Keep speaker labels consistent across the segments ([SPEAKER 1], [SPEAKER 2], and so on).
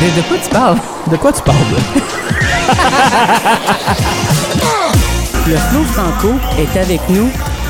[SPEAKER 1] De, de quoi tu parles?
[SPEAKER 2] De quoi tu parles? là?
[SPEAKER 1] Le Flo Franco est avec nous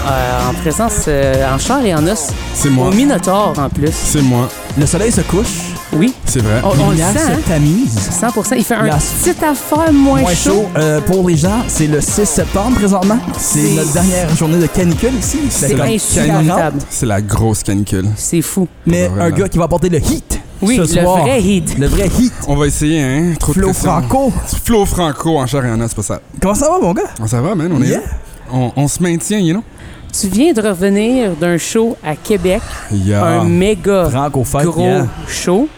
[SPEAKER 1] euh, en présence euh, en chair et en os.
[SPEAKER 3] C'est moi.
[SPEAKER 1] Au Minotaur en plus.
[SPEAKER 3] C'est moi.
[SPEAKER 2] Le soleil se couche.
[SPEAKER 1] Oui,
[SPEAKER 3] C'est vrai.
[SPEAKER 1] On- on le
[SPEAKER 2] lumière
[SPEAKER 1] sent, hein?
[SPEAKER 2] se tamise.
[SPEAKER 1] 100%. Il fait un
[SPEAKER 2] La-
[SPEAKER 1] petit affaire moins,
[SPEAKER 2] Moins
[SPEAKER 1] chaud.
[SPEAKER 2] chaud. euh, pour les gens, c'est le 6 septembre présentement. C'est
[SPEAKER 1] C'est-
[SPEAKER 2] notre dernière journée de canicule ici.
[SPEAKER 1] C'est
[SPEAKER 2] la
[SPEAKER 1] insupportable.
[SPEAKER 2] quarante.
[SPEAKER 3] C'est la grosse canicule.
[SPEAKER 1] C'est fou.
[SPEAKER 2] Mais
[SPEAKER 3] Vraiment.
[SPEAKER 2] un gars qui va apporter le heat
[SPEAKER 1] Oui,
[SPEAKER 2] ce
[SPEAKER 1] le
[SPEAKER 2] soir.
[SPEAKER 1] vrai heat.
[SPEAKER 2] Le vrai heat.
[SPEAKER 3] On va essayer, hein? Trop de
[SPEAKER 2] Flo
[SPEAKER 3] pression.
[SPEAKER 2] Franco.
[SPEAKER 3] Flo Franco en chair et en os, c'est pas ça.
[SPEAKER 2] Comment ça va, mon gars?
[SPEAKER 3] On ça va, man? On est
[SPEAKER 2] Yeah.
[SPEAKER 3] là. On, on se maintient, you know?
[SPEAKER 1] Tu viens de revenir d'un show à Québec,
[SPEAKER 3] Yeah.
[SPEAKER 1] un méga
[SPEAKER 2] Franco fight,
[SPEAKER 1] gros
[SPEAKER 2] yeah.
[SPEAKER 1] show.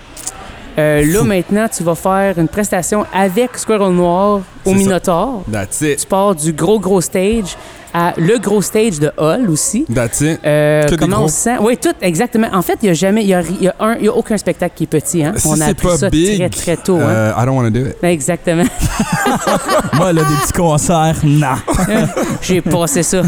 [SPEAKER 1] Euh, là, maintenant, tu vas faire une prestation avec Squirrel Noir au
[SPEAKER 3] C'est ça.
[SPEAKER 1] Minotaur.
[SPEAKER 3] That's it.
[SPEAKER 1] Tu pars du gros, gros stage à le gros stage de Hall aussi.
[SPEAKER 3] That's it.
[SPEAKER 1] Euh,
[SPEAKER 3] Que des
[SPEAKER 1] comment
[SPEAKER 3] gros.
[SPEAKER 1] on se sent? Oui, tout, exactement. En fait, il n'y a jamais, il y a, ri- il y a un, il y a aucun spectacle qui est petit. Hein?
[SPEAKER 3] Si
[SPEAKER 1] on a
[SPEAKER 3] c'est
[SPEAKER 1] appris
[SPEAKER 3] pas
[SPEAKER 1] ça
[SPEAKER 3] big,
[SPEAKER 1] très, très tôt. Hein?
[SPEAKER 3] euh, I don't want do it.
[SPEAKER 1] Ben, Exactement.
[SPEAKER 2] Moi, là, des petits concerts, non.
[SPEAKER 1] J'ai passé ça.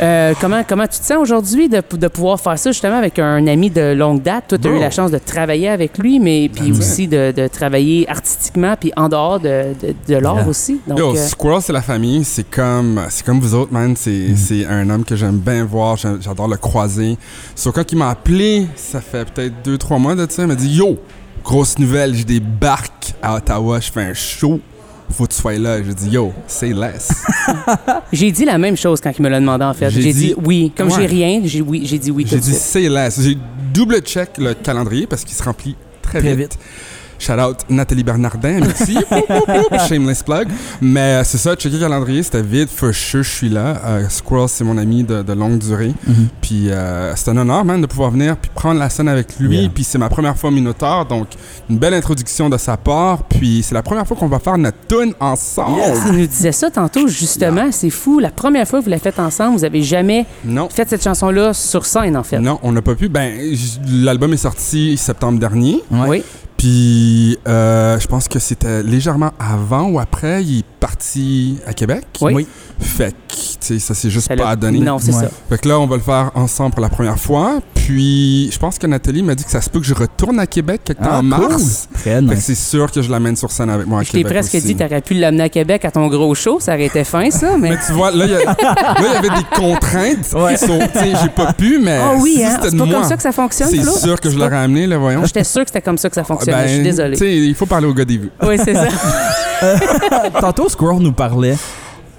[SPEAKER 1] Euh, comment, comment tu te sens aujourd'hui de, de pouvoir faire ça justement avec un ami de longue date? Toi, tu as
[SPEAKER 3] Bro.
[SPEAKER 1] eu la chance de travailler avec lui, mais puis
[SPEAKER 3] Ben,
[SPEAKER 1] aussi de, de travailler artistiquement, puis en dehors de, de, de l'art
[SPEAKER 2] Yeah.
[SPEAKER 1] aussi. Donc, euh,
[SPEAKER 3] Yo, Squirrel, c'est la famille. C'est comme, c'est comme vous autres, man. C'est,
[SPEAKER 1] Mm.
[SPEAKER 3] c'est un homme que j'aime bien voir. J'a- J'adore le croiser. Sauf quand il m'a appelé, ça fait peut-être 2-3 mois de ça, il m'a dit Yo, grosse nouvelle, je débarque à Ottawa, je fais un show. Faut que tu sois là. J'ai dit Yo, say less.
[SPEAKER 1] j'ai dit la même chose quand il me l'a demandé en fait.
[SPEAKER 3] J'ai
[SPEAKER 1] J'ai dit,
[SPEAKER 3] dit-
[SPEAKER 1] oui. Comme
[SPEAKER 3] Ouais.
[SPEAKER 1] j'ai rien, j'ai oui, j'ai dit oui tout
[SPEAKER 3] J'ai
[SPEAKER 1] de
[SPEAKER 3] dit
[SPEAKER 1] suite.
[SPEAKER 3] say less. J'ai double check le calendrier parce qu'il se remplit très,
[SPEAKER 2] Très
[SPEAKER 3] vite.
[SPEAKER 2] vite.
[SPEAKER 3] Shout out Nathalie Bernardin, merci. Boop, boop, boop. Shameless plug. Mais euh, c'est ça, checker le calendrier, c'était vide, for sure, je suis là. Euh, Squirrel, c'est mon ami de, de longue durée. Puis euh, c'est un honneur, man, de pouvoir venir puis prendre la scène avec lui.
[SPEAKER 2] Yeah.
[SPEAKER 3] Puis c'est ma première fois au Minotaur, donc une belle introduction de sa part. Puis c'est la première fois qu'on va faire notre tune ensemble.
[SPEAKER 1] Tu nous disais ça tantôt, justement. C'est fou. La première fois que vous l'avez fait ensemble, vous avez jamais
[SPEAKER 3] Non.
[SPEAKER 1] fait cette chanson-là sur scène, en fait.
[SPEAKER 3] Non, on n'a pas pu. Ben, j- l'album est sorti septembre dernier.
[SPEAKER 2] Ouais.
[SPEAKER 1] Oui.
[SPEAKER 3] Puis, euh, je pense que c'était légèrement avant ou après, il est parti à Québec.
[SPEAKER 1] Oui.
[SPEAKER 2] Oui.
[SPEAKER 3] Fait que, tu sais, ça s'est juste
[SPEAKER 1] Ça l'a-
[SPEAKER 3] pas donné.
[SPEAKER 1] Non, c'est
[SPEAKER 2] Ouais.
[SPEAKER 1] ça.
[SPEAKER 3] Fait que là, on va le faire ensemble pour la première fois. Puis, je pense que Nathalie m'a dit que ça se peut que je retourne à Québec quelque temps
[SPEAKER 2] Ah,
[SPEAKER 3] en
[SPEAKER 2] cool.
[SPEAKER 3] mars.
[SPEAKER 2] Très
[SPEAKER 3] Fait que
[SPEAKER 2] nice.
[SPEAKER 3] c'est sûr que je l'amène sur scène avec moi à
[SPEAKER 1] Je t'ai
[SPEAKER 3] Québec
[SPEAKER 1] presque
[SPEAKER 3] aussi.
[SPEAKER 1] dit, t'aurais pu l'amener à Québec à ton gros show, ça aurait été fin, ça, mais...
[SPEAKER 3] Mais tu vois, là, il y, a- là, il y avait des contraintes.
[SPEAKER 2] Ouais.
[SPEAKER 3] So, tu sais, j'ai pas pu, mais
[SPEAKER 1] Ah oui,
[SPEAKER 3] si
[SPEAKER 1] hein?
[SPEAKER 3] c'était
[SPEAKER 1] C'est
[SPEAKER 3] de
[SPEAKER 1] pas
[SPEAKER 3] moi,
[SPEAKER 1] comme ça que ça fonctionne,
[SPEAKER 3] c'est
[SPEAKER 1] Flo?
[SPEAKER 3] sûr que je
[SPEAKER 1] C'est
[SPEAKER 3] l'aurais amené, là, voyons.
[SPEAKER 1] pas- Ah, J'étais sûr que c'était comme ça que ça fonctionnait, je suis
[SPEAKER 3] Ben,
[SPEAKER 1] désolée.
[SPEAKER 3] tu sais, il faut parler au gars des vues.
[SPEAKER 1] Oui, c'est ça.
[SPEAKER 2] Tantôt, Squirrel nous parlait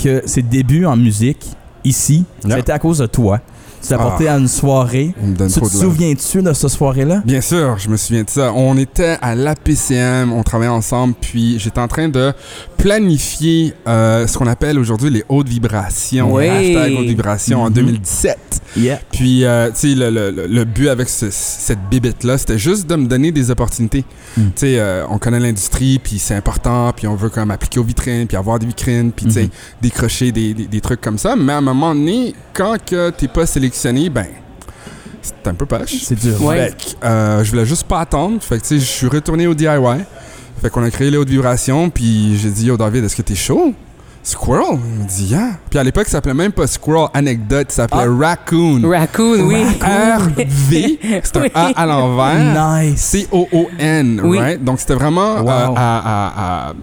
[SPEAKER 2] que ses débuts en musique, ici,
[SPEAKER 3] Yeah.
[SPEAKER 2] c'était à cause de toi. Tu t'es
[SPEAKER 3] Ah.
[SPEAKER 2] apporté à une soirée.
[SPEAKER 3] Il me donne
[SPEAKER 2] Tu te
[SPEAKER 3] trop de love.
[SPEAKER 2] souviens-tu de cette soirée-là?
[SPEAKER 3] Bien sûr, je me souviens de ça. On était à l'APCM, on travaillait ensemble, puis j'étais en train de planifier euh, ce qu'on appelle aujourd'hui les hautes vibrations,
[SPEAKER 1] Oui.
[SPEAKER 3] hashtag hautes vibrations en
[SPEAKER 2] Mhm.
[SPEAKER 3] 2017.
[SPEAKER 2] Yeah.
[SPEAKER 3] Puis, euh, tu sais, le, le- le- le but avec ce- cette bibette-là, c'était juste de me donner des opportunités.
[SPEAKER 2] Mm.
[SPEAKER 3] Tu sais, euh, on connaît l'industrie, puis c'est important, puis on veut comme appliquer aux vitrines, puis avoir des vitrines, puis tu sais,
[SPEAKER 2] Mhm.
[SPEAKER 3] décrocher des, des- des trucs comme ça. Mais à un moment donné, quand que t'es pas sélectionné, ben, c'est un peu poche.
[SPEAKER 2] C'est dur.
[SPEAKER 1] Ouais.
[SPEAKER 3] Fait que, euh, je voulais juste pas attendre. Fait que, tu sais, je suis retourné au DIY. Fait qu'on a créé les hautes vibrations. Puis j'ai dit, yo, David, est-ce que t'es chaud? Squirrel? Il m'a dit, yeah. Puis à l'époque, ça s'appelait même pas Squirrel Anecdote, ça s'appelait Raccoon.
[SPEAKER 1] Ah. Raccoon, oui.
[SPEAKER 3] R-V, c'est un
[SPEAKER 1] Oui.
[SPEAKER 3] A à l'envers.
[SPEAKER 2] Nice.
[SPEAKER 3] C-O-O-N,
[SPEAKER 1] Oui.
[SPEAKER 3] right? Donc c'était vraiment euh,
[SPEAKER 2] Wow.
[SPEAKER 3] à- à- à-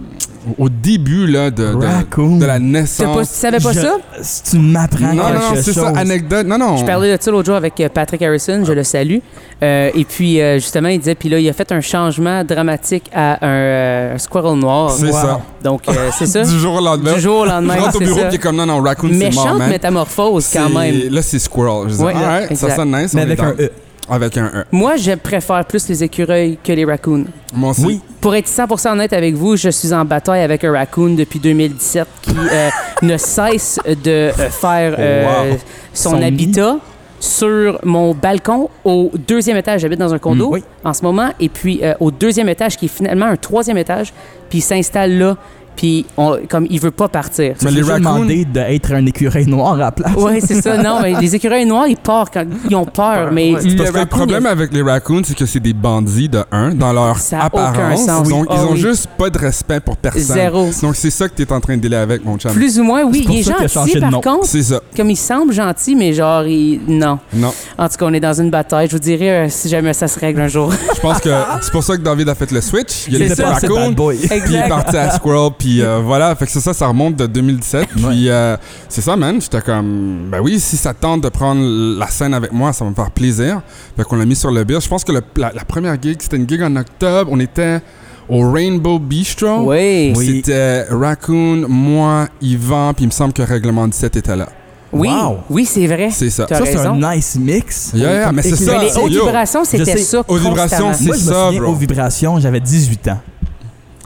[SPEAKER 3] au début là, euh, de,
[SPEAKER 2] Raccoon.
[SPEAKER 3] de, de
[SPEAKER 1] T'as
[SPEAKER 3] la
[SPEAKER 1] pas- tu
[SPEAKER 3] naissance.
[SPEAKER 1] savais pas
[SPEAKER 2] Je-
[SPEAKER 1] ça?
[SPEAKER 2] Si tu m'apprends
[SPEAKER 3] Non, non,
[SPEAKER 2] quelque
[SPEAKER 3] non, c'est
[SPEAKER 2] chose.
[SPEAKER 3] ça, anecdote. Non, non.
[SPEAKER 1] Je parlais de ça l'autre jour avec euh, Patrick Harrison, je le salue. Euh, et puis, euh, justement, il disait, puis là, il a fait un changement dramatique à un, euh, un squirrel noir.
[SPEAKER 3] C'est ça.
[SPEAKER 1] Donc, euh, c'est ça.
[SPEAKER 3] Du jour au lendemain.
[SPEAKER 1] Du jour au lendemain,
[SPEAKER 3] Je rentre au
[SPEAKER 1] c'est
[SPEAKER 3] bureau
[SPEAKER 1] ça.
[SPEAKER 3] puis il est comme non, non, Raccoon, c'est mort,
[SPEAKER 1] Méchante
[SPEAKER 3] man.
[SPEAKER 1] métamorphose, quand
[SPEAKER 3] C'est-
[SPEAKER 1] même.
[SPEAKER 3] Là, c'est Squirrel. Je dis,
[SPEAKER 1] Ouais,
[SPEAKER 3] ah, ouais,
[SPEAKER 1] exact.
[SPEAKER 3] ça sonne nice.
[SPEAKER 2] Mais
[SPEAKER 3] on est
[SPEAKER 2] avec un
[SPEAKER 3] down.
[SPEAKER 2] E.
[SPEAKER 3] Avec un E.
[SPEAKER 1] Moi, je préfère plus les écureuils que les raccoons.
[SPEAKER 3] Moi aussi.
[SPEAKER 2] Oui.
[SPEAKER 1] Pour être 100% honnête avec vous, je suis en bataille avec un raccoon depuis 2017 qui euh, ne cesse de euh, faire euh,
[SPEAKER 2] Wow.
[SPEAKER 1] son,
[SPEAKER 2] Son nid.
[SPEAKER 1] habitat sur mon balcon au deuxième étage. J'habite dans un condo
[SPEAKER 2] Mm, oui.
[SPEAKER 1] en ce moment. Et puis euh, au deuxième étage, qui est finalement un troisième étage, puis il s'installe là. puis on- comme il veut pas partir.
[SPEAKER 2] Tu
[SPEAKER 3] Mais
[SPEAKER 2] les
[SPEAKER 3] les raccoons-
[SPEAKER 2] demandé d'être un écureuil noir à la place.
[SPEAKER 1] Ouais, c'est ça. Non, mais les écureuils noirs, ils partent quand ils ont peur, mais
[SPEAKER 3] Il y
[SPEAKER 1] le
[SPEAKER 3] avait un
[SPEAKER 1] raccoon,
[SPEAKER 3] problème avec les raccoons, c'est que c'est des bandits de un, dans leur
[SPEAKER 1] E. Ça a
[SPEAKER 3] apparence.
[SPEAKER 1] aucun sens.
[SPEAKER 3] Donc,
[SPEAKER 1] Oui.
[SPEAKER 3] ils
[SPEAKER 1] Ah
[SPEAKER 3] ont
[SPEAKER 1] oui.
[SPEAKER 3] juste pas de respect pour
[SPEAKER 1] il-
[SPEAKER 3] personne.
[SPEAKER 1] zéro.
[SPEAKER 3] Donc, c'est ça que t'es en train de délai avec, mon chum.
[SPEAKER 1] Plus ou moins, oui.
[SPEAKER 2] C'est pour
[SPEAKER 1] Il est
[SPEAKER 2] ça qu'il a
[SPEAKER 1] gentil,
[SPEAKER 2] changé de
[SPEAKER 1] par
[SPEAKER 2] nom.
[SPEAKER 1] contre.
[SPEAKER 3] C'est ça.
[SPEAKER 1] Comme il semble gentil, mais genre, il... non.
[SPEAKER 3] Non.
[SPEAKER 1] En tout cas, on est dans une bataille. Je vous dirai euh, si jamais ça se règle un jour.
[SPEAKER 3] Je pense que c'est pour ça que David a fait le switch. Il y a
[SPEAKER 2] C'est
[SPEAKER 3] les
[SPEAKER 2] ça, c'est
[SPEAKER 3] raccoons.
[SPEAKER 2] bad boy.
[SPEAKER 3] Puis il est parti à Squirrel, puis euh, voilà. Fait que c'est ça, ça remonte de 2017. Puis euh, c'est ça, man. J'étais comme, ben oui, si ça tente de prendre la scène avec moi, ça va me faire plaisir. Fait qu'on l'a mis sur le bill. Je pense que le- la, la première gig, c'était une gig en octobre. On était au Rainbow Bistro.
[SPEAKER 1] Oui.
[SPEAKER 2] Oui.
[SPEAKER 3] C'était Raccoon, moi, Yvan, puis il me semble que Règlement 17 était là.
[SPEAKER 1] Oui,
[SPEAKER 2] Wow.
[SPEAKER 1] oui c'est vrai.
[SPEAKER 3] C'est ça.
[SPEAKER 1] T'as
[SPEAKER 2] Ça, c'est
[SPEAKER 1] raison.
[SPEAKER 2] un nice mix.
[SPEAKER 3] Yeah, yeah, mais c'est
[SPEAKER 2] Écureuil.
[SPEAKER 3] ça.
[SPEAKER 1] Mais les hautes
[SPEAKER 3] Yo.
[SPEAKER 1] vibrations,
[SPEAKER 2] Je
[SPEAKER 1] c'était
[SPEAKER 2] sais.
[SPEAKER 1] ça.
[SPEAKER 3] Hautes vibrations,
[SPEAKER 1] constamment.
[SPEAKER 3] c'est-
[SPEAKER 2] Moi, je me
[SPEAKER 3] ça,
[SPEAKER 2] souviens,
[SPEAKER 3] bro.
[SPEAKER 2] aux vibrations, j'avais 18 ans.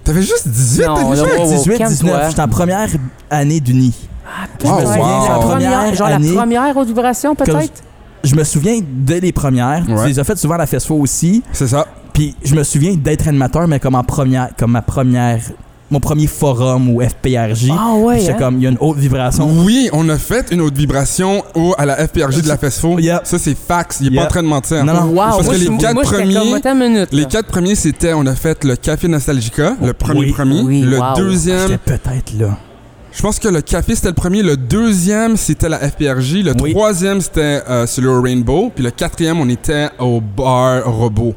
[SPEAKER 3] T'avais juste 18
[SPEAKER 1] Non,
[SPEAKER 3] t'avais
[SPEAKER 1] là,
[SPEAKER 3] juste-
[SPEAKER 1] Oh, wow,
[SPEAKER 2] 18,
[SPEAKER 1] calme-toi.
[SPEAKER 2] 19, j'étais en première année d'Uni.
[SPEAKER 1] Je me
[SPEAKER 3] Oh,
[SPEAKER 1] souviens,
[SPEAKER 3] wow.
[SPEAKER 1] Ah, la première, genre la
[SPEAKER 2] année-
[SPEAKER 1] première haute vibration,
[SPEAKER 2] Comme-
[SPEAKER 1] peut-être?
[SPEAKER 2] Je me souviens dès les premières.
[SPEAKER 3] Ouais.
[SPEAKER 2] Tu les as faites souvent à la FESFO aussi.
[SPEAKER 3] C'est ça.
[SPEAKER 2] Puis je me souviens d'être animateur, mais comme en première, comme ma première, mon premier forum ou FPRJ.
[SPEAKER 1] Ah
[SPEAKER 2] Puis
[SPEAKER 1] ouais,
[SPEAKER 2] J'étais
[SPEAKER 1] hein?
[SPEAKER 2] comme, il y a une haute vibration.
[SPEAKER 3] Oui, on a fait une autre vibration au, à la FPRJ de la FESFO.
[SPEAKER 2] Yeah.
[SPEAKER 3] Ça, c'est fax. Il est
[SPEAKER 2] Yeah.
[SPEAKER 3] pas en train de mentir.
[SPEAKER 2] Non, non.
[SPEAKER 1] Wow,
[SPEAKER 3] Parce
[SPEAKER 1] moi,
[SPEAKER 3] que
[SPEAKER 1] je-
[SPEAKER 3] les quatre
[SPEAKER 1] moi, j'étais
[SPEAKER 3] premiers-
[SPEAKER 1] comme, attends une minute,
[SPEAKER 3] Les
[SPEAKER 1] là.
[SPEAKER 3] quatre premiers, c'était, on a fait le Café Nostalgica, le premier
[SPEAKER 2] Oui.
[SPEAKER 3] premier.
[SPEAKER 1] Oui,
[SPEAKER 3] le
[SPEAKER 1] wow.
[SPEAKER 3] deuxième,
[SPEAKER 2] J'étais peut-être là.
[SPEAKER 3] je pense que le café, c'était le premier. Le deuxième, c'était la FPRJ. Le
[SPEAKER 2] Oui.
[SPEAKER 3] troisième, c'était euh, celui au Rainbow. Puis le quatrième, on était au bar robot.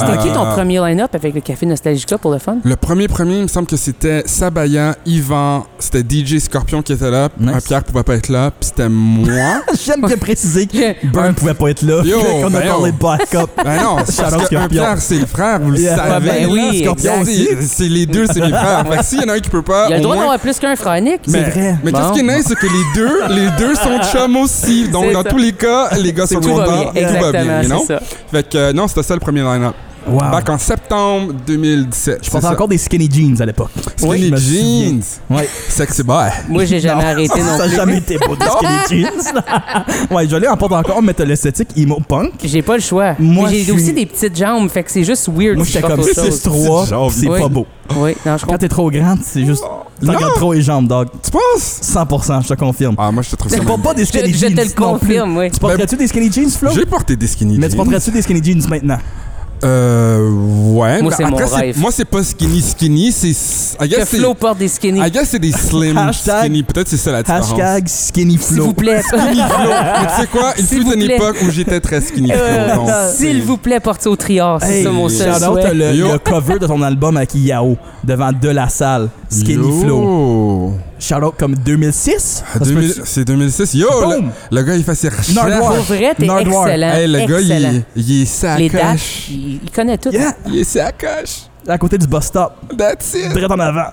[SPEAKER 1] C'était qui ton
[SPEAKER 3] Euh,
[SPEAKER 1] premier line-up avec le café Nostalgica pour le fun?
[SPEAKER 3] Le premier premier, il me semble que c'était Sabaya, Yvan, c'était DJ Scorpion qui était là,
[SPEAKER 2] Nice.
[SPEAKER 3] Un Pierre pouvait pas être là, puis c'était moi.
[SPEAKER 2] J'aime bien préciser que
[SPEAKER 1] Un-
[SPEAKER 2] Burn pouvait pas être là.
[SPEAKER 3] Yo,
[SPEAKER 2] qu'on a parlé
[SPEAKER 3] ben yo.
[SPEAKER 2] de backup.
[SPEAKER 3] ben non, c'est parce
[SPEAKER 2] Shout out
[SPEAKER 3] que un
[SPEAKER 2] Scorpion.
[SPEAKER 3] Pierre c'est le frère, vous le
[SPEAKER 2] Yeah.
[SPEAKER 3] savez.
[SPEAKER 1] ben
[SPEAKER 3] là.
[SPEAKER 1] oui,
[SPEAKER 3] Scorpion,
[SPEAKER 1] exact.
[SPEAKER 3] c'est c'est les deux, c'est mes frères. Fait que s'il y en a un qui peut pas,
[SPEAKER 1] Il a le
[SPEAKER 3] au
[SPEAKER 1] droit
[SPEAKER 3] moins-
[SPEAKER 1] d'avoir plus qu'un frère, Nick.
[SPEAKER 3] Mais,
[SPEAKER 2] C'est vrai.
[SPEAKER 3] Mais
[SPEAKER 1] Bon.
[SPEAKER 3] qu'est-ce qui est nice, c'est que les deux, les deux sont chums aussi. Donc
[SPEAKER 1] C'est
[SPEAKER 3] dans
[SPEAKER 1] ça.
[SPEAKER 3] tous les cas, les gars
[SPEAKER 1] C'est
[SPEAKER 3] sont
[SPEAKER 1] tout va
[SPEAKER 3] contents,
[SPEAKER 1] bien,
[SPEAKER 3] tout va bien, you
[SPEAKER 1] exactement,
[SPEAKER 3] know?
[SPEAKER 1] c'est ça.
[SPEAKER 3] Fait que euh, non, c'était ça le premier line-up.
[SPEAKER 2] Wow.
[SPEAKER 3] Back en septembre 2017.
[SPEAKER 2] Je pensais
[SPEAKER 3] c'est ça.
[SPEAKER 2] encore des skinny jeans à l'époque.
[SPEAKER 3] Skinny
[SPEAKER 2] Je me souviens.
[SPEAKER 3] jeans,
[SPEAKER 2] Ouais.
[SPEAKER 3] sexy boy.
[SPEAKER 1] Moi, j'ai jamais arrêté non
[SPEAKER 2] Ça a
[SPEAKER 1] plus.
[SPEAKER 2] jamais été beau, des skinny jeans. ouais, je l'ai en porte encore, mais t'as l'esthétique emo punk.
[SPEAKER 1] J'ai pas le choix.
[SPEAKER 2] Moi,
[SPEAKER 1] Mais j'ai
[SPEAKER 2] je suis-
[SPEAKER 1] aussi des petites jambes, fait que c'est juste weird.
[SPEAKER 2] Moi,
[SPEAKER 1] si
[SPEAKER 2] j'étais
[SPEAKER 1] je porte autre
[SPEAKER 2] comme
[SPEAKER 1] chose.
[SPEAKER 2] 6-3,
[SPEAKER 3] Genre,
[SPEAKER 2] pis c'est
[SPEAKER 1] oui.
[SPEAKER 2] pas beau.
[SPEAKER 1] Oui, non, je
[SPEAKER 2] Quand
[SPEAKER 1] comprends.
[SPEAKER 2] t'es trop grande, c'est juste. Tu
[SPEAKER 3] Non.
[SPEAKER 2] regardes trop les jambes, dog.
[SPEAKER 3] Tu penses?
[SPEAKER 2] 100%, je te confirme.
[SPEAKER 3] Ah, moi, je te trouve ça
[SPEAKER 2] Tu portes
[SPEAKER 3] même-
[SPEAKER 2] pas des skinny
[SPEAKER 1] Je, je
[SPEAKER 2] jeans.
[SPEAKER 1] te le
[SPEAKER 2] non plus.
[SPEAKER 1] confirme, oui.
[SPEAKER 2] Tu porterais-tu des skinny jeans, Flo?
[SPEAKER 3] J'ai porté des skinny
[SPEAKER 2] Mais tu
[SPEAKER 3] jeans.
[SPEAKER 2] porterais-tu des skinny jeans maintenant?
[SPEAKER 3] Euh, ouais.
[SPEAKER 1] Moi,
[SPEAKER 3] mais
[SPEAKER 1] c'est mon
[SPEAKER 3] après,
[SPEAKER 1] rêve.
[SPEAKER 3] Moi, c'est pas skinny skinny, c'est... I
[SPEAKER 1] Que
[SPEAKER 3] guess c'est...
[SPEAKER 1] Flo porte des skinny.
[SPEAKER 3] I guess c'est des slim
[SPEAKER 2] Hashtag-
[SPEAKER 3] skinny. Peut-être c'est ça la différence.
[SPEAKER 2] Hashtag skinny
[SPEAKER 1] S'il vous
[SPEAKER 2] Flo.
[SPEAKER 1] plaît.
[SPEAKER 3] Skinny Flo. Mais tu sais quoi? Il
[SPEAKER 1] S'il
[SPEAKER 3] fut
[SPEAKER 1] vous
[SPEAKER 3] une
[SPEAKER 1] plaît.
[SPEAKER 3] époque où j'étais très skinny
[SPEAKER 1] Euh,
[SPEAKER 3] Flo. donc
[SPEAKER 1] S'il
[SPEAKER 3] c'est-
[SPEAKER 1] vous plaît, portez au triard. C'est
[SPEAKER 2] Hey,
[SPEAKER 1] ça mon seul
[SPEAKER 2] shout out
[SPEAKER 1] souhait.
[SPEAKER 2] le,
[SPEAKER 3] Yo.
[SPEAKER 2] le cover de ton album avec Yao devant De La Salle, Skinny
[SPEAKER 3] Yo.
[SPEAKER 2] Flow. Shout out comme 2006.
[SPEAKER 3] Ah, 2000 C'est 2006. Yo,
[SPEAKER 2] Boom.
[SPEAKER 3] le, le gars, il fait ses
[SPEAKER 2] Nardwar.
[SPEAKER 3] recherches.
[SPEAKER 1] Pour vrai, t'es
[SPEAKER 2] Nord Noir.
[SPEAKER 1] excellent.
[SPEAKER 3] Hey, le gars,
[SPEAKER 1] excellent.
[SPEAKER 3] il, Ah, il est
[SPEAKER 1] Les
[SPEAKER 3] sacoche.
[SPEAKER 1] dates, il, il connaît tout.
[SPEAKER 2] Yeah,
[SPEAKER 3] Il est sacoche.
[SPEAKER 2] à côté du bus stop,
[SPEAKER 3] That's it.
[SPEAKER 2] direct en avant.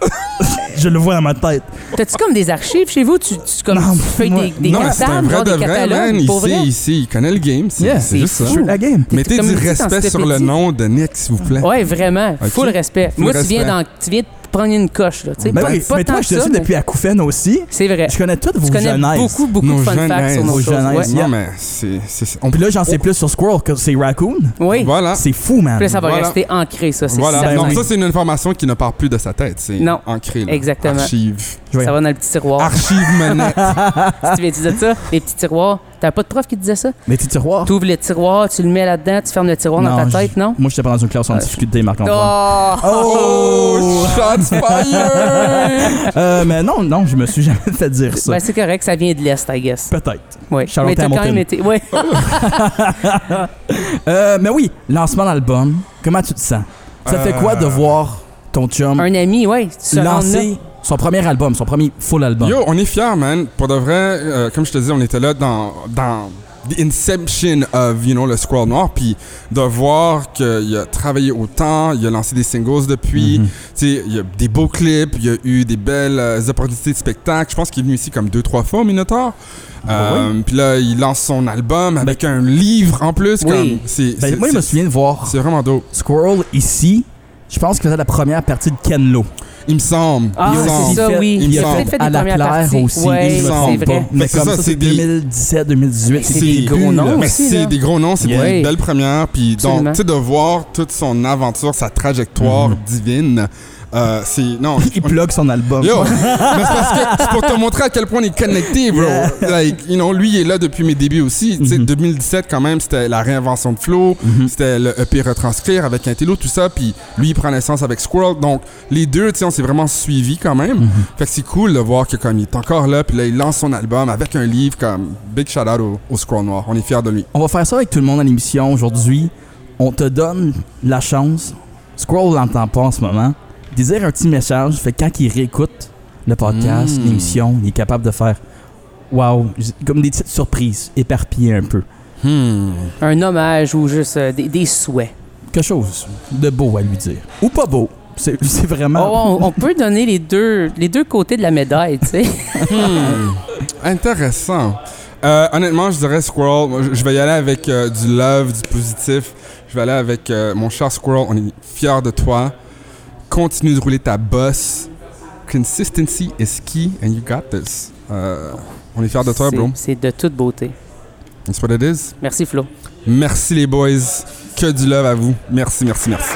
[SPEAKER 2] Je le vois dans ma tête.
[SPEAKER 1] T'as-tu comme des archives chez vous? Tu, tu, comme,
[SPEAKER 2] Non,
[SPEAKER 1] tu fais
[SPEAKER 2] moi-
[SPEAKER 1] des, des
[SPEAKER 3] non, mais c'est un
[SPEAKER 1] cartables,
[SPEAKER 3] vrai
[SPEAKER 1] genre
[SPEAKER 3] de
[SPEAKER 1] des
[SPEAKER 3] vrai, man.
[SPEAKER 1] catalogues?
[SPEAKER 3] Il
[SPEAKER 1] pour vrai?
[SPEAKER 3] sait, il sait, il connaît le game. C'est
[SPEAKER 2] Yeah.
[SPEAKER 3] c'est juste
[SPEAKER 1] C'est
[SPEAKER 3] ça.
[SPEAKER 1] fou.
[SPEAKER 2] La game.
[SPEAKER 3] Mettez
[SPEAKER 1] comme
[SPEAKER 3] du
[SPEAKER 1] une petite
[SPEAKER 3] respect sur le
[SPEAKER 1] encyclopédie.
[SPEAKER 3] nom de Nick, s'il vous plaît.
[SPEAKER 1] Ouais, vraiment.
[SPEAKER 3] Ok.
[SPEAKER 1] Faut le respect.
[SPEAKER 3] Full
[SPEAKER 1] Moi, tu viens,
[SPEAKER 3] respect.
[SPEAKER 1] dans, tu viens de prendre une coche. Là, tu sais.
[SPEAKER 2] Mais,
[SPEAKER 1] pas,
[SPEAKER 2] oui,
[SPEAKER 1] pas
[SPEAKER 2] Ben mais
[SPEAKER 1] tant
[SPEAKER 2] toi,
[SPEAKER 1] que
[SPEAKER 2] je te
[SPEAKER 1] ça,
[SPEAKER 2] suis
[SPEAKER 1] mais
[SPEAKER 2] depuis Akoufen aussi.
[SPEAKER 1] C'est vrai.
[SPEAKER 2] Je connais toutes
[SPEAKER 1] Tu
[SPEAKER 2] vos
[SPEAKER 1] connais
[SPEAKER 2] jeunesses.
[SPEAKER 1] beaucoup, beaucoup
[SPEAKER 3] Nos
[SPEAKER 1] de fun facts sur
[SPEAKER 3] jeunesses.
[SPEAKER 1] nos
[SPEAKER 2] Nos
[SPEAKER 1] choses.
[SPEAKER 2] jeunesses.
[SPEAKER 1] Ouais.
[SPEAKER 3] Non, mais c'est. c'est- on-
[SPEAKER 2] Puis là, j'en sais plus sur Squirrel que c'est Raccoon.
[SPEAKER 1] Oui.
[SPEAKER 3] Voilà.
[SPEAKER 2] C'est fou, man.
[SPEAKER 1] Ah. Puis là, ça va
[SPEAKER 3] Voilà.
[SPEAKER 1] rester ancré, ça. C'est
[SPEAKER 3] Voilà.
[SPEAKER 1] certain.
[SPEAKER 3] Donc, ça, c'est une information qui ne part plus de sa tête. C'est
[SPEAKER 1] Non.
[SPEAKER 3] ancré. Là.
[SPEAKER 1] Exactement. Oh.
[SPEAKER 3] Archive.
[SPEAKER 2] Je vais-
[SPEAKER 1] Ça va dans le petit tiroir.
[SPEAKER 3] Archive manette.
[SPEAKER 1] Si tu viens de dire ça, les petits tiroirs. T'as pas de prof qui te disait ça?
[SPEAKER 2] Mais tu tiroir.
[SPEAKER 1] Tu ouvres le tiroir, tu le mets là-dedans, tu fermes le tiroir dans ta
[SPEAKER 2] Non,
[SPEAKER 1] tête,
[SPEAKER 2] je-
[SPEAKER 1] non?
[SPEAKER 2] Moi, j'étais pas dans une classe en difficulté, Marc-Antoine.
[SPEAKER 1] Oh!
[SPEAKER 3] oh, shots fire!
[SPEAKER 2] Euh, mais non, non, je me suis jamais fait dire ça.
[SPEAKER 1] Ben, c'est correct, ça vient de l'Est, I guess.
[SPEAKER 2] Peut-être.
[SPEAKER 1] Ouais. Mais
[SPEAKER 2] Charlotte
[SPEAKER 1] t'as quand
[SPEAKER 2] Hamilton.
[SPEAKER 1] même été. Ouais.
[SPEAKER 2] Euh, mais oui, lancement d'album. Comment tu te sens? Ça fait
[SPEAKER 3] Euh.
[SPEAKER 2] quoi de voir ton chum
[SPEAKER 1] Un ami, ouais. Tu te rends là.
[SPEAKER 2] lancer son premier album, son premier full album?
[SPEAKER 3] Yo, on est fiers, man. Pour de vrai, euh, comme je te dis, on était là dans, dans The Inception of, you know, le Squirrel Noir. Puis de voir qu'il a travaillé autant, il a lancé des singles depuis.
[SPEAKER 2] Mhm.
[SPEAKER 3] Tu sais, il y a des beaux clips, il y a eu des belles euh, opportunités de spectacle. Je pense qu'il est venu ici comme deux, trois fois au Minotaur.
[SPEAKER 2] Ah
[SPEAKER 3] Euh, Puis là, il lance son album avec un livre en plus.
[SPEAKER 1] Oui.
[SPEAKER 3] Comme, c'est,
[SPEAKER 2] Ben,
[SPEAKER 3] c'est-
[SPEAKER 2] moi, je me
[SPEAKER 3] c'est-
[SPEAKER 2] souviens de voir
[SPEAKER 3] c'est vraiment dope.
[SPEAKER 2] Squirrel ici. Je pense qu'il faisait la première partie de Ken Lo.
[SPEAKER 3] Il me semble.
[SPEAKER 1] Ah,
[SPEAKER 3] il me
[SPEAKER 2] Ils ont
[SPEAKER 1] c'est
[SPEAKER 3] semble.
[SPEAKER 1] ça,
[SPEAKER 2] fait-
[SPEAKER 1] oui.
[SPEAKER 3] ils
[SPEAKER 1] Il a
[SPEAKER 3] sont
[SPEAKER 1] peut-être fait
[SPEAKER 2] à
[SPEAKER 1] des
[SPEAKER 2] la
[SPEAKER 1] premières
[SPEAKER 2] Claire
[SPEAKER 1] parties.
[SPEAKER 2] aussi,
[SPEAKER 1] Ouais,
[SPEAKER 3] ils sont
[SPEAKER 1] c'est
[SPEAKER 3] pas.
[SPEAKER 1] vrai.
[SPEAKER 2] Mais
[SPEAKER 3] Fait que c'est
[SPEAKER 2] comme
[SPEAKER 3] ça,
[SPEAKER 2] ça,
[SPEAKER 3] c'est
[SPEAKER 2] c'est
[SPEAKER 3] des-
[SPEAKER 2] 2017, 2018.
[SPEAKER 1] c'est des
[SPEAKER 2] débuts,
[SPEAKER 1] gros noms.
[SPEAKER 2] là.
[SPEAKER 3] Mais
[SPEAKER 1] aussi, là.
[SPEAKER 3] c'est des gros noms, c'est
[SPEAKER 1] Ouais.
[SPEAKER 3] des belles premières. Puis donc,
[SPEAKER 1] Absolument. Mhm.
[SPEAKER 3] tu sais, de voir toute son aventure, sa trajectoire divine Euh, c'est. Non.
[SPEAKER 2] Il plug son album.
[SPEAKER 3] Yo! Mais c'est parce que c'est pour te montrer à quel point on est connecté, bro. Like, you know, lui, il est là depuis mes débuts aussi. Tu sais, 2017, quand même, c'était la réinvention de Flow, c'était le EP Retranscrire avec Intello, tout ça. Puis lui, il prend naissance avec Squirrel. Donc, les deux, tu sais, on s'est vraiment suivis quand même. Fait que c'est cool de voir que, comme, il est encore là, puis là, il lance son album avec un livre, comme, big shout out au, au Squirrel Noir. On est fiers de lui.
[SPEAKER 2] On va faire ça avec tout le monde à l'émission aujourd'hui. On te donne la chance. Scroll l'entend pas en ce moment. Désire un petit message. Fait que quand il réécoute le podcast,
[SPEAKER 1] Hmm.
[SPEAKER 3] Mm.
[SPEAKER 2] l'émission, il est capable de faire Wow, j- comme des petites surprises, éparpillées un peu.
[SPEAKER 3] Hmm.
[SPEAKER 1] Un hommage ou juste euh, des, des souhaits.
[SPEAKER 2] Quelque chose de beau à lui dire. Ou pas beau. C'est c'est vraiment.
[SPEAKER 1] Oh, on, on peut donner les deux, les deux côtés de la médaille, tu sais.
[SPEAKER 3] Hmm. Intéressant. Euh, honnêtement, je dirais Squirrel. Moi, je- Je vais y aller avec euh, du love, du positif. Je vais aller avec euh, mon cher Squirrel. On est fiers de toi. Continue de rouler ta bosse. Consistency is key and you got this. Euh, on est fiers de toi,
[SPEAKER 1] C'est-
[SPEAKER 3] bro.
[SPEAKER 1] C'est de toute beauté.
[SPEAKER 3] That's what it is.
[SPEAKER 1] Merci, Flo.
[SPEAKER 3] Merci les boys. Que du love à vous. Merci, merci, merci.